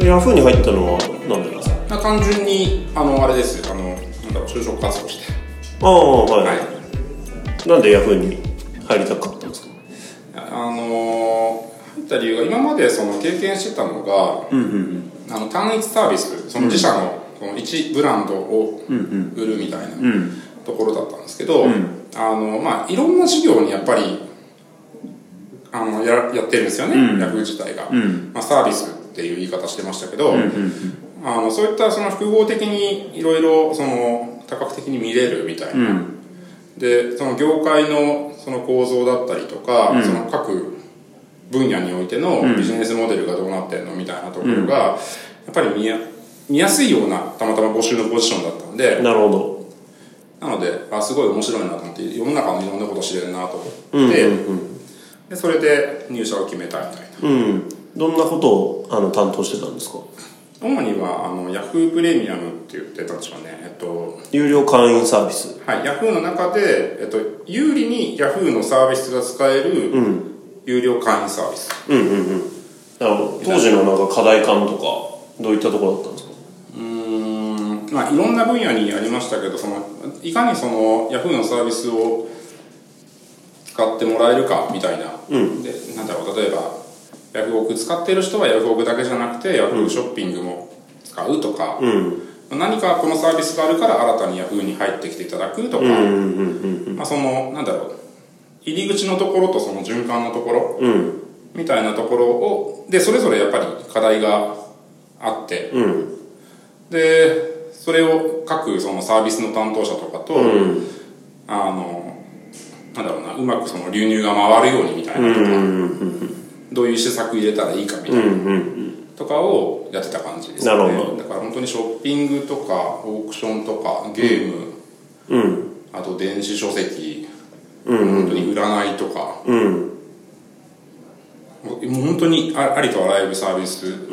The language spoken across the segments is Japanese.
ヤフーに入ったのはなんでなんですかまあ単純にあのあれですあのなんだろう就職活動してああはい、はいなんでヤフーに入りたかったんですかあの入った理由が今までその経験してたのが、あの単一サービスその自社のこの1ブランドを売るみたいなところだったんですけど、あのまあ、いろんな事業にやっぱりあのややってるんですよね、ヤフー自体が、まあ、サービスっていう言い方してましたけど、あのそういったその複合的にいろいろその多角的に見れるみたいな、でその業界のその構造だったりとか、その各分野においてのビジネスモデルがどうなってんのみたいなところが、やっぱり見や見やすいようなたまたま募集のポジションだったのでなるほどなのであすごい面白いなと思って世の中のいろんなこと知れるなと思って、でそれで入社を決めたみたいなうんどんなことをあの担当してたんですか主にはあのヤフープレミアムって言ってたんでしょうねえっと有料会員サービスはい、ヤフーの中で、えっと、有利にヤフーのサービスが使える、有料会員サービス。うんうんうんなるほど当時のなんか課題感とかどういったところだったんですかうーん、まあ、いろんな分野にありましたけど、その、いかにその、ヤフーのサービスを使ってもらえるか、みたいな。で、なんだろう、例えば、ヤフオク使ってる人はヤフオクだけじゃなくて、ヤフーショッピングも使うとか、何かこのサービスがあるから新たにヤフーに入ってきていただくとか、まあ、そのなんだろう入り口のところとその循環のところ、みたいなところをでそれぞれやっぱり課題があって、でそれを各そのサービスの担当者とかと、あのなんだろうなうまくその流入が回るようにみたいなとか、どういう施策入れたらいいかみたいな、とかをやってた感じですねなるほどだから本当にショッピングとかオークションとかゲーム、あと電子書籍、本当に占いとか、もう本当にあありとあらゆるサービス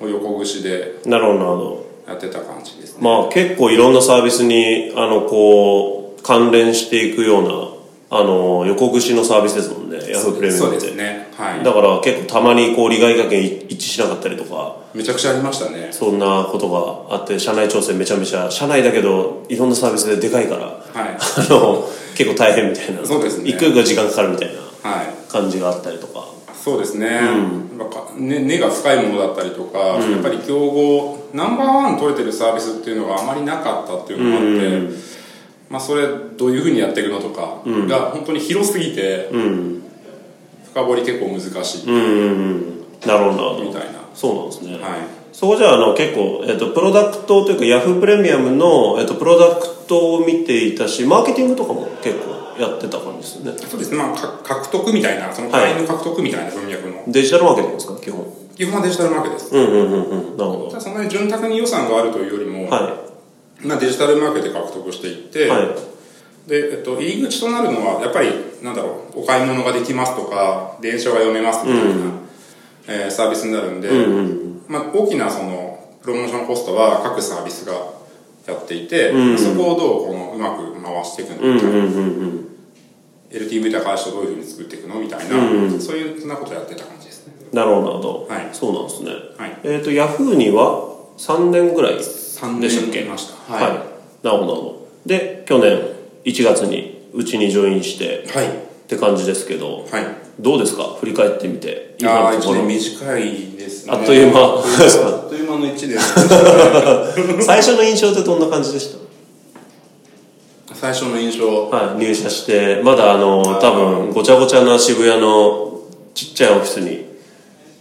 を横串でなるほどなるほどやってた感じですねまあ結構いろんなサービスにあのこう関連していくようなあの横串のサービスですもんねヤフープレミアそうムでってすねはだから結構たまにこう利害関係一致しなかったりとかいめちゃくちゃありましたねそんなことがあって社内調整めちゃめちゃ社内だけどいろんなサービスででかいからはいあの結構大変みたいなそうですね一個一個時間かかるみたいなはい感じがあったりとかそうですね、やっぱかね根が深いものだったりとか、やっぱり競合ナンバーワン取れてるサービスっていうのがあまりなかったっていうのもあって、まあ、それどういうふうにやっていくのとかが本当に広すぎて、深掘り結構難しいみなるほどなるほたどいな、そうなんですね、はいそこじゃああの結構、えっとプロダクトというかヤフープレミアムの、えっとプロダクトを見ていたしマーケティングとかも結構やってた感じですよねそうですねまあか獲得みたいなその会員の獲得みたいな文脈の、デジタルマーケティングですか基本基本はデジタルマーケです、うんうんうんうんなるほただそんなに潤沢に予算があるというよりも、どはまあ、デジタルマーケで獲得していっいて、はいで、えっと、入り口となるのはやっぱりなんだろうお買い物ができますとか電車が読めますみたいな、えーサービスになるんで、まあ、大きなそのプロモーションコストは各サービスがやっていて、そこをどうこのうまく回していくのか、LTV と会社とどういうふうに作っていくのみたいな、そういうそんなことやってた感じですねなるほどなるほど、はいそうなんですね、はいえっ、とヤフーには3年ぐらいで3したっけいましたはい、なるほどなるほどで去年1月にうちにジョインしてはいって感じですけどはい、どうですか振り返ってみてあ今あのと1こ年ろ短いですねあっという間あっという間 あっという間の1年ですね最初の印象ってどんな感じでし最初の印象た、はい、入社してまだあの多分ごちゃごちゃな渋谷のちっちゃいオフィスにい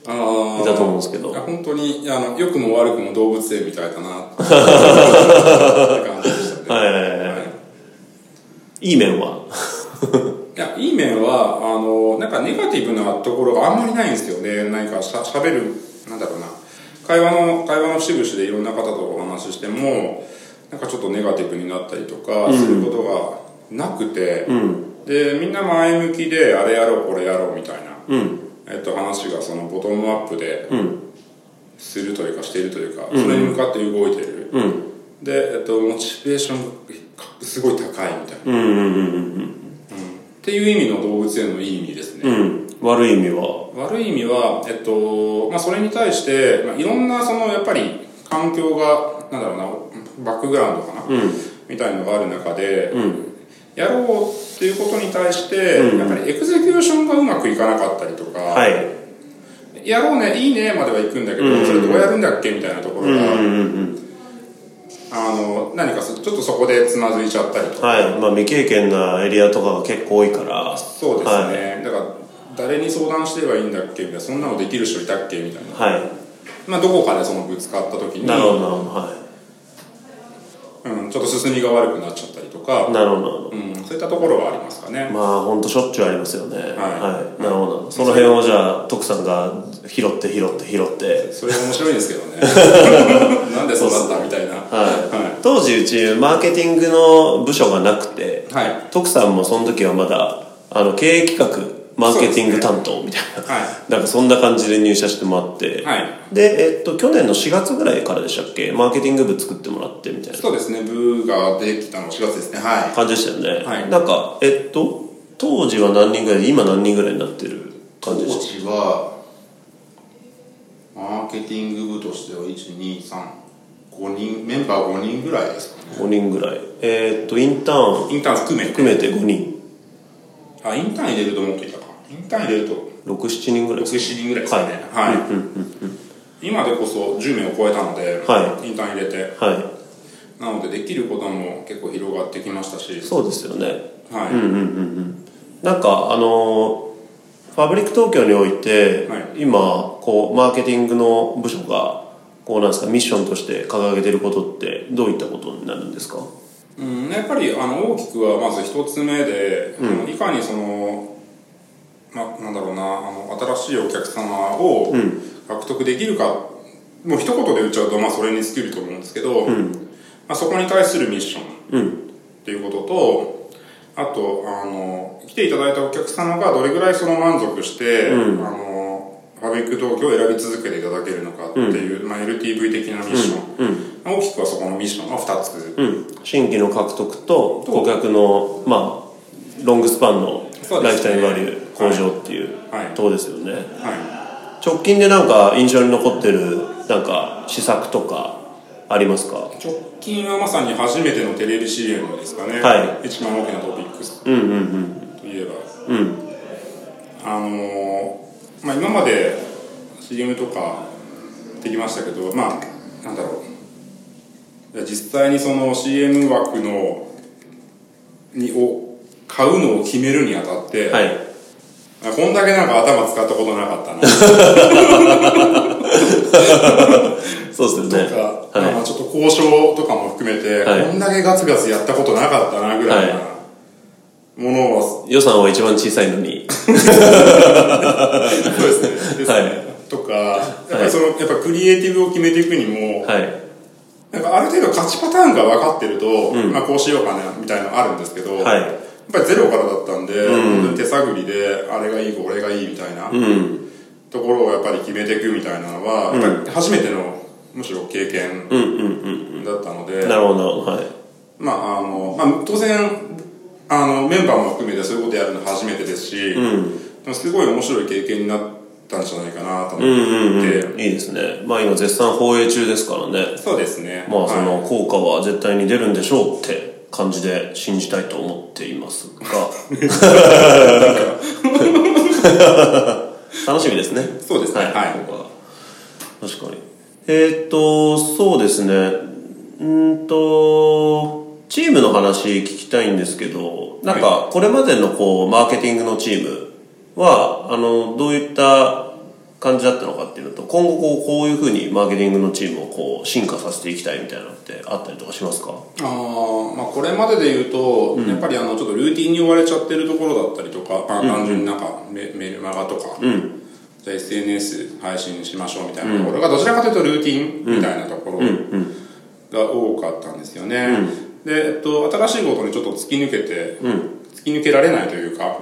あーたと思うんですけいどや本当にあの良くも悪くも動物園みたいだなってって感じでした ね、はいはいはいはいいい面はいやいい面はあのなんかネガティブなところがあんまりないんですよね何かしゃしゃべるなんだろうな会話の会話の節々でいろんな方とお話ししてもなんかちょっとネガティブになったりとかすることがなくて、でみんな前向きであれやろうこれやろうみたいな、えっと、話がそのボトムアップで、するというかしているというか、それに向かって動いてる、で、えっと、モチベーションがすごい高いみたいな、っうんうんうんていう意味の動物園のいい意味ですね、うんうん悪い意味は悪い意味は、えっとまあ、それに対して、まあ、いろんなそのやっぱり環境がなんだろうなバックグラウンドかな、みたいのがある中で、やろうっていうことに対して、やっぱりエクゼキューションがうまくいかなかったりとか、はいやろうねいいねまでは行くんだけど、それどうやるんだっけみたいなところうんが、うんうんあの何かそちょっとそこでつまずいちゃったりとか、はいまあ未経験なエリアとかが結構多いからそうですね、だから誰に相談してればいいんだっけみたいなそんなのできる人いたっけみたいな、はいまあ、どこかでそのぶつかった時になるほどなるほどはうん、ちょっと進みが悪くなっちゃったりとか、いなるほどなるほどうん、そういったところはありますかね、まあ本当しょっちゅうありますよねはい、なるほどその辺をじゃあ徳さんが拾って拾って拾ってそれが面白いですけど ねなんでそうなったみたいなはい、当時うちマーケティングの部署がなくてはい徳さんもその時はまだあの経営企画マーケティング担当みたいな、はなんかそんな感じで入社してもらって、はいで、えっと、去年の4月ぐらいからでしたっけマーケティング部作ってもらってみたいなそうですね部ができたの4月ですねは感じでしたよね、はいなんかえっと当時は何人ぐらいで今何人ぐらいになってるい感じでし時はマーケティング部としては1235人メンバー5人ぐらいですかねた5人ぐらいえっとインターンインターン含め含めて5人あインターン入れると思っていたかインターン入れると67人ぐらいです67人ぐらいですかねはい、今でこそ10名を超えたので、はインターン入れてはなのでできることも結構広がってきましたしいそうですよねはい、なんかあのーファブリック東京において、はい今こうマーケティングの部署がこうなんですかミッションとして掲げてることってどういったことになるんですかうん、やっぱりあの大きくはまず一つ目で、あのいかにその、ま、なんだろうなあの新しいお客様を獲得できるか、もう一言で言っちゃうと、まあ、それに尽きると思うんですけど、まあ、そこに対するミッションっていうことと、あとあの来ていただいたお客様がどれぐらいその満足して、あのファブリック東京を選び続けていただけるのかっていう、まあ、LTV 的なミッション、大きくはそこのミッションが2つ。うん新規の獲得と顧客のまあロングスパンのそうですねライフタイムバリュー向上っていうはいとこですよねは直近でなんか印象に残ってるなんか施策とかありますかい、直近はまさに初めてのテレビ CM ですかね、は一番大きなトピックスうんうんうんといえば、うんあのーまあ、今まで CM とかできましたけど、まあ、なんだろういや実際にその CM 枠のにを買うのを決めるにあたって、はいあこんだけなんか頭使ったことなかったなそうですよねとか、はいまあちょっと交渉とかも含めて、はいこんだけガツガツやったことなかったなぐらいなものは、予算は一番小さいのにそうですねですね、はいとかやっぱりその、やっぱクリエイティブを決めていくにも、はいなんかある程度勝ちパターンが分かってると、まあこうしようかなみたいなのあるんですけど、はいやっぱりゼロからだったんで、本当に手探りであれがいいこれがいいみたいな、うんところをやっぱり決めていくみたいなのは、やっぱり初めてのむしろ経験うんうんうんだったので、なるほどはいまああのまあ、当然あのメンバーも含めてそういうことやるの初めてですし、でもすごい面白い経験になったんじゃないかなと思って、うんうんうんいいですねまあ今絶賛放映中ですからねそうですね、まあそはいの効果は絶対に出るんでしょうって感じで信じたいと思っています が 楽しみですねそうですねはい、はい、確かにえーっとそうですねうーんとチームの話聞きたいんですけどなんかこれまでのこうマーケティングのチームはあのどういった感じだったのかっていうのと今後こうこういうふうにマーケティングのチームをこう進化させていきたいみたいなのってあったりとかしますかあーまあ、これまでで言うと、やっぱりあのちょっとルーティンに追われちゃってるところだったりとか、まあ、単純になんかメメルマガとか、じゃあ SNS 配信しましょうみたいなところがどちらかというとルーティンみたいなところが多かったんですよね、で、えっと、新しいことにちょっと突き抜けて、突き抜けられないというか、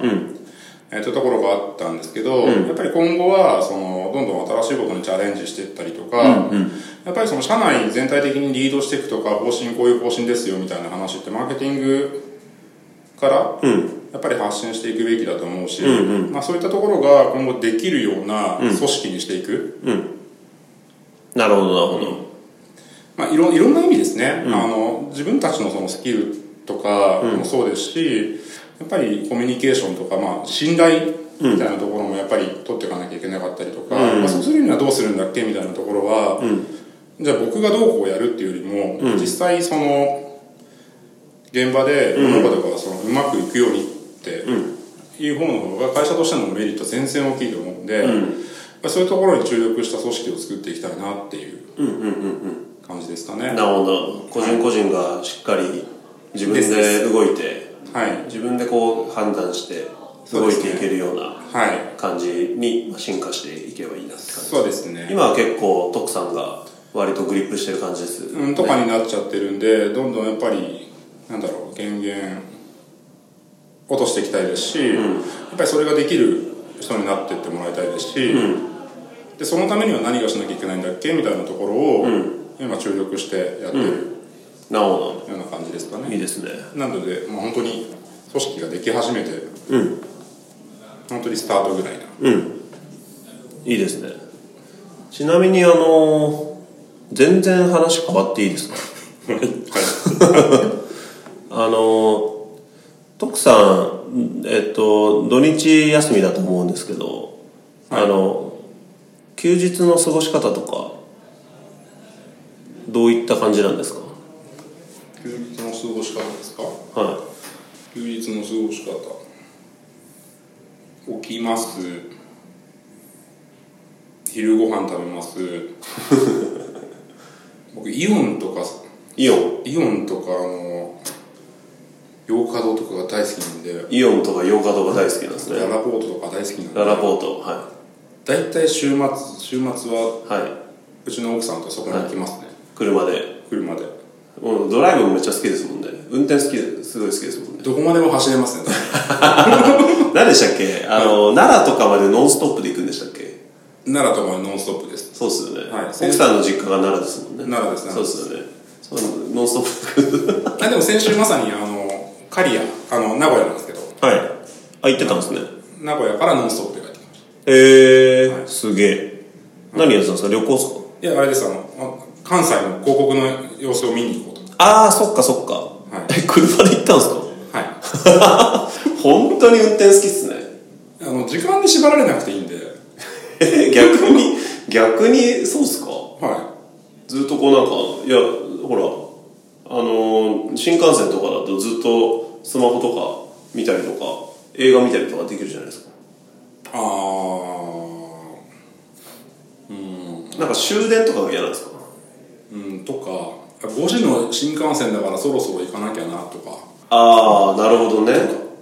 えーというところがあったんですけど、やっぱり今後はそのどんどん新しいことにチャレンジしていったりとか、やっぱりその社内全体的にリードしていくとか方針こういう方針ですよみたいな話ってマーケティングからやっぱり発信していくべきだと思うし、まあ、そういったところが今後できるような組織にしていく、なるほど、なるほど。まあ、いろいろんな意味ですね、あの自分たちのそのスキルとかもそうですし、やっぱりコミュニケーションとか、まあ、信頼みたいなところもやっぱり取っていかなきゃいけなかったりとか、まあ、そうするにはどうするんだっけみたいなところは、じゃあ僕がどうこうやるっていうよりも、実際その現場で物事がそのうまくいくようにっていう方の方が会社としてのメリット全然大きいと思うんで、まあそういうところに注力した組織を作っていきたいなっていう感じですかね。なるほど。個人個人がしっかり自分で動いて、はい自分でこう判断して動いていけるようなはい。感じにまあ進化していけばいいなって感じ。そうですね。今は結構徳さんが割とグリップしてる感じです、うん、とかになっちゃってるんで、どんどんやっぱり、なんだろう、権限、落としていきたいですし、やっぱりそれができる人になってってもらいたいですし、で、そのためには何がしなきゃいけないんだっけみたいなところを、今注力してやってるよなるほうな感じですかどいね。いですねなので、まあ、本当に組織ができ始めて、本当にスタートぐらいな。いいですねちなみにあの全然話変わっていいですか あの徳さんえっと土日休みだと思うんですけど、あの休日の過ごし方とかどういった感じなんですか休日の過ごし方ですかは休日の過ごし方起きます昼ご飯食べます 僕イオンとかいイオンイオンとかあの洋華堂とかが大好きなんでイオンとか洋華堂が大好きなんですねララポートとか大好きなんでララポートは大体週末週末はいはうちの奥さんとそこに行きますね、い車で車でもうドライブもめっちゃ好きですもんね運転好きですごい好きですもんねどこまでも走れますね何でしたっけあの奈良とかまでノンストップで行くんでしたっけ奈良とかはノンストップですそうっすよね、はい奥さんの実家が奈良ですもんね奈良です奈良そうっすよねそうノンストップあでも先週まさにあの刈谷あの名古屋なんですけどはいあ行ってたんですね名古屋から「ノンストップ」って書いてましえーすげえ何やってたんですか旅行っすかたいやあれですあのあ関西の広告の様子を見に行こうああそっかそっか、はえ車で行ったんですかとはいあ本当に運転好きっすねの時間に縛られなくていいんでえ逆に逆にそうっすかはずっとこうなんかいやほらあのー新幹線とかだとずっとスマホとか見たりとか映画見たりとかできるじゃないですかいあーうんなんか終電とかが嫌なんですかうんとか5時の新幹線だからそろそろ行かなきゃなとかああなるほどね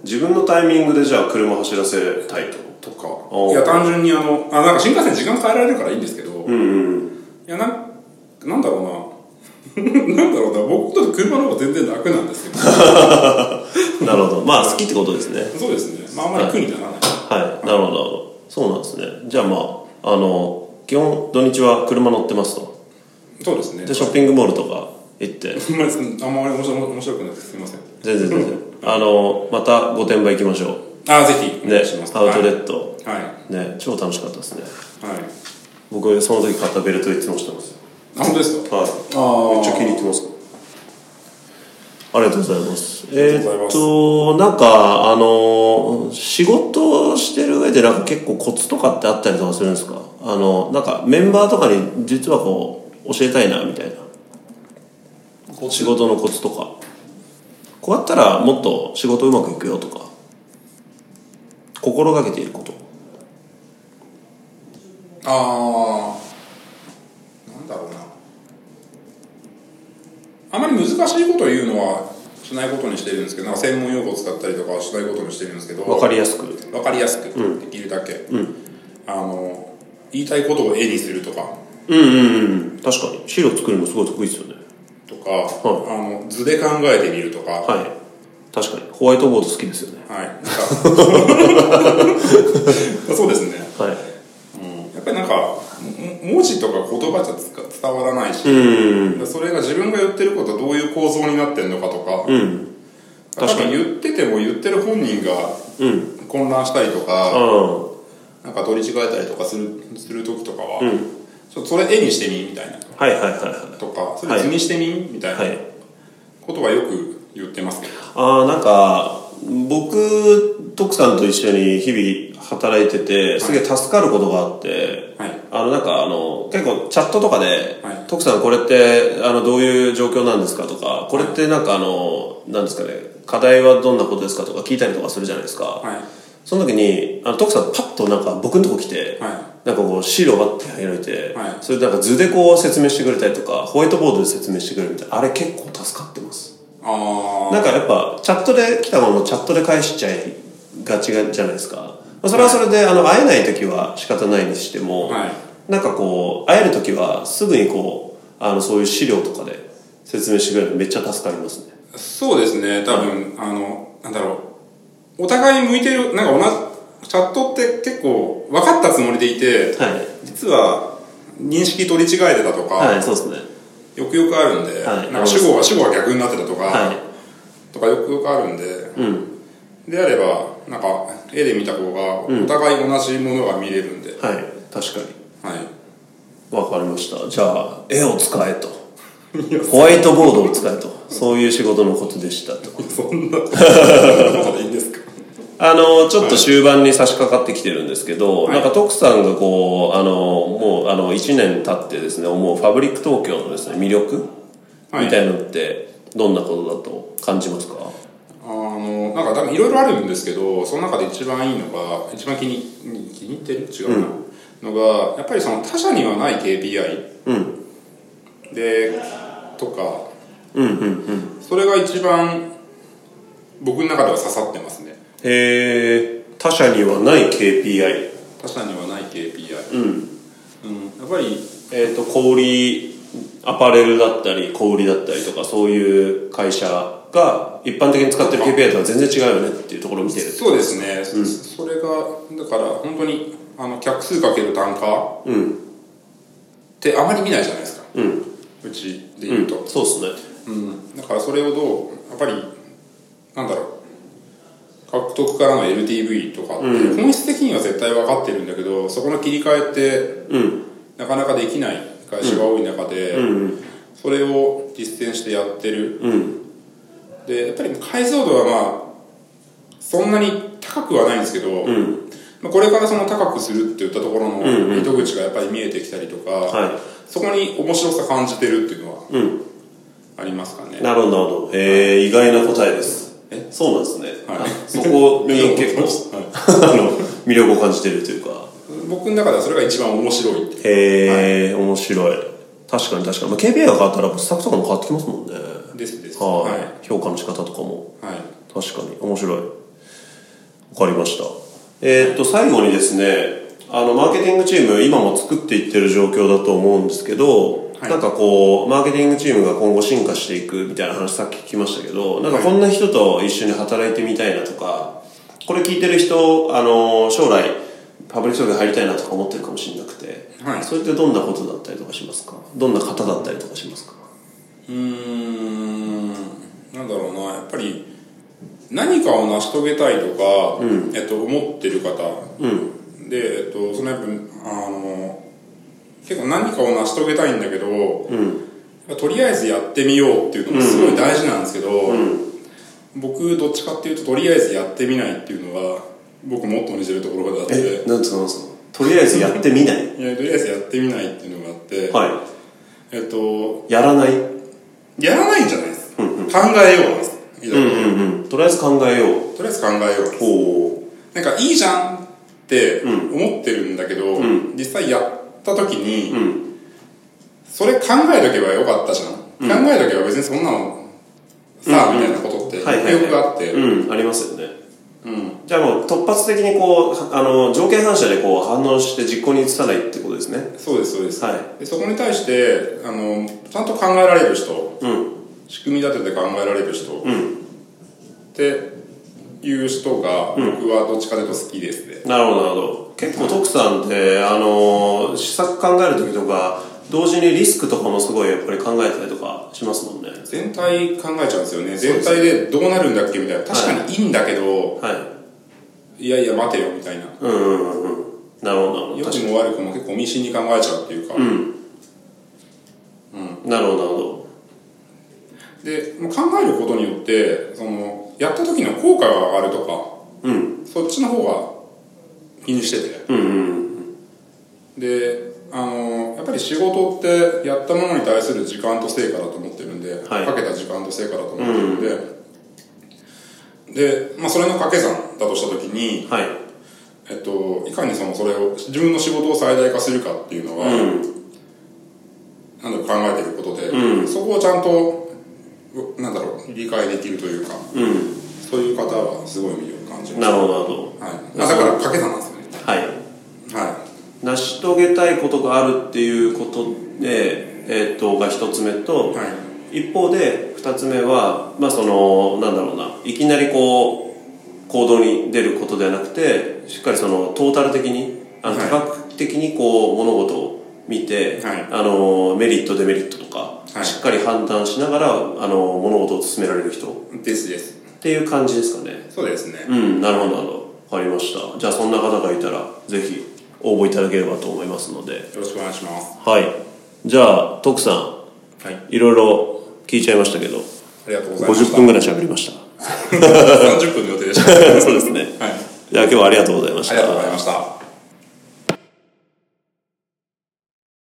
自分のタイミングでじゃあ車走らせたいととおうかいや単純にあのあなんか新幹線時間変えられるからいいんですけど、うんうんいやなんなんだろうな なんだろうな僕と車の方が全然楽なんですけどなるほどまあ好きってことですねそうですねまああんまり苦にならない、はいなるほどなるほどそうなんですねじゃあまああの基本土日は車乗ってますとそうですねでショッピングモールとか行ってあんまりあんまり面白面白くなくてすみません全然 全然あのまた御殿場行きましょうあぜひお願ねいします、アウトレはいット、はい、ね超楽しかったですねはい、僕その時買ったベルトいつもしてますあ本当ですかはいあめっちゃ気に入ってますありがとうございますえりがとうーっござとなんかあの仕事をしてる上でなんか結構コツとかってあったりとかするんですかあのなんかメンバーとかに実はこう教えたいなみたいな仕事のコツとかこうやったらもっと仕事うまくいくよとか心がけていることあーなんだろうなあまり難しいことを言うのはしないことにしてるんですけどなんか専門用語を使ったりとかはしないことにしてるんですけどわかりやすくわかりやすくできるだけ、あの言いたいことを絵にするとかうんうんうん確かに資料作るのすごい得意ですよねとか、あの図で考えてみるとか、は確かにホワイトボード好きですよねはいなんか そうですねはいやっぱりなんかも文字とか言葉じゃつか伝わらないし、うんそれが自分が言ってることはどういう構造になってるのかとか、うん確かに多分言ってても言ってる本人がうん混乱したりとあか、あなんか取り違えたりとかするする時とかは、んちょっとそれ絵にしてみみたいなはいはいはとかそれ図にしてみ、みたいいはいなはいことはよく言ってますけど、ああなんか僕徳さんと一緒に日々働いててすげえ助かることがあって、はいあのなんかあの結構チャットとかで「はい徳さんこれってあのどういう状況なんですか?」とか「これってなんかあのなんですかね課題はどんなことですか?」とか聞いたりとかするじゃないですか、はいその時にあの徳さんパッとなんか僕のとこ来て、はなんかこう資料をバッて開いて、はいそれでなんか図でこう説明してくれたりとかホワイトボードで説明してくれるみたいなあれ結構助かってますあなんかやっぱチャットで来たものをチャットで返しちゃいがちじゃないですか。まあそれはそれで、あの、会えない時は仕方ないにしても、はいなんかこう、会える時はすぐにこう、あの、そういう資料とかで説明してくれるのめっちゃ助かりますね。あそうですね多分、あのなんだろうお互い向いてるなんか同じチャットって結構分かったつもりでいてはい。実は認識取り違えてたとか、はい、そうですね。よくよくあるんで、はいなんか主語は主語は逆になってたとか、はとかよくよくあるんで、い。うん。であればなんか絵で見た方がお互い同じものが見れるんで、はい。確かはいに。わかりました。じゃあ、絵を使えと。ホワイトボードを使えと。そういう仕事のことでしたと。 そ んなことでいいんですかあの、ちょっと終盤に差し掛かってきてるんですけど、はいなんか徳さんがこう、あの、もう、あの、1年経ってですね、思うファブリック東京のですね、魅力、はいみたいなのって、どんなことだと感じますかあのなんか多分いろいろあるんですけどその中で一番いいのが一番気に気に入ってる違うな、のがやっぱりその他社にはない KPI うん。でとかうんうんうん。それが一番僕の中では刺さってますねへえ他社にはない KPI。他社にはない KPI、うん。うん、やっぱりえっ、と、小売り、アパレルだったり、小売りだったりとか、そういう会社が、一般的に使ってる KPI とは全然違うよねっていうところを見てる。そうですね、それがだから本当にあの客数かける単価っうん。てあまり見ないじゃないですかうん。うちでう言うんと、。そうですね。うんだからそれをどうやっぱりなんだろう獲得からの LTV とかって、本質的には絶対分かってるんだけどそこの切り替えってうん。なかなかできない会社が多い中で、うんそれを実践してやってるうんでやっぱり解像度はまあそんなに高くはないんですけど、んまあ、これからその高くするって言ったところんの糸口がやっぱり見えてきたりとか、はそこに面白さ感じてるっていうのはいうんありますかね、なるほどなるほどえー、意外な答えですえそうなんですね、はいあそこに面結倒構く さいあの魅力を感じてるというか僕の中ではそれが一番面白いっていへうえー面白い確かに確かに、まあ、KPI が変わったら施策とかも変わってきますもんねですですはい、は評価の仕方とかもい、はい確かに面白いわかりましたえーっと最後にですねあのマーケティングチーム今も作っていってる状況だと思うんですけど、はいなんかこうマーケティングチームが今後進化していくみたいな話さっき聞きましたけどなんかこんな人と一緒に働いてみたいなとかこれ聞いてる人あの将来パブリックソーに入りたいなとか思ってるかもしれなくて、はいそれってどんなことだったりとかしますかどんな方だったりとかしますかうーんなんだろうなやっぱり何かを成し遂げたいとか、えっと、思ってる方、で、えっと、そのやっぱあの結構何かを成し遂げたいんだけど、とりあえずやってみようっていうのもすごい大事なんですけど、僕どっちかっていうととりあえずやってみないっていうのは僕もっとにしてるところがあってえなんつうのとりあえずやってみない いやとりあえずやってみないっていうのがあって、はえっといやらないやらないんじゃないです、考えようなんですいろいろうんうんうん、とりあえず考えようとりあえず考えようほなんかいいじゃんって思ってるんだけど、実際やった時に、んそれ考えとけばよかったじゃん、考えとけば別にそんなのさあ、みたいなことってよはいくはいはいよくあって、うんありますよねうんじゃあもう突発的にこうはあの条件反射でこう反応して実行に移さないってことですねそうですそうです、はでそこに対してあのちゃんと考えられる人うん仕組み立てて考えられる人、んっっていう人が、僕はどっちかというと好きですね。なるほど、なるほど。結構徳さんって、あのー、施策考える時とか、同時にリスクとかもすごいやっぱり考えたりとかしますもんね。全体考えちゃうんですよね。全体でどうなるんだっけみたいな。確かにいいんだけど、はい。いやいや待てよみたいな。うんうんうんうん。なるほど、なるほど。良くも悪くも結構身心に考えちゃうっていうか。なるほど、なるほど。で、もう考えることによって、その、やった時の効果が上がるとか、うん。そっちの方が気にしてて。うんうん。であのやっぱり仕事ってやったものに対する時間と成果だと思ってるんで、はいかけた時間と成果だと思ってるんで、で、まあ、それの掛け算だとした時に、はい。えっと、いかにそのそれを自分の仕事を最大化するかっていうのは、うん。なんだろう考えてることで、そこをちゃんとうなんだろう理解できるというかうん。そういう方はすごい魅力を感じます、なるほど、なるほど。はい、あだから掛け算なんですよねはい。は成し遂げたいことがあるっていうことで、えーっとが一つ目と、い、はい一方で二つ目は、まあ、そのなんだろうないきなりこう行動に出ることではなくてしっかりそのトータル的にあのはい多角的にこう物事を見て、はいあのメリットデメリットとか、はいしっかり判断しながらあの物事を進められる人っですですていう感じですかねそうですねうんなるほどなるほど分かりましたじゃあそんな方がいたらぜひ応募いただければと思いますのでよろしくお願いしますはい。じゃあ、徳さん、はいいろいろ聞いちゃいましたけど、ありがとうございまし50た。分ぐらい喋りました。 30分の予定でした。はい。そうですね。あじゃあ今日はありがとうございました。りがとうございました。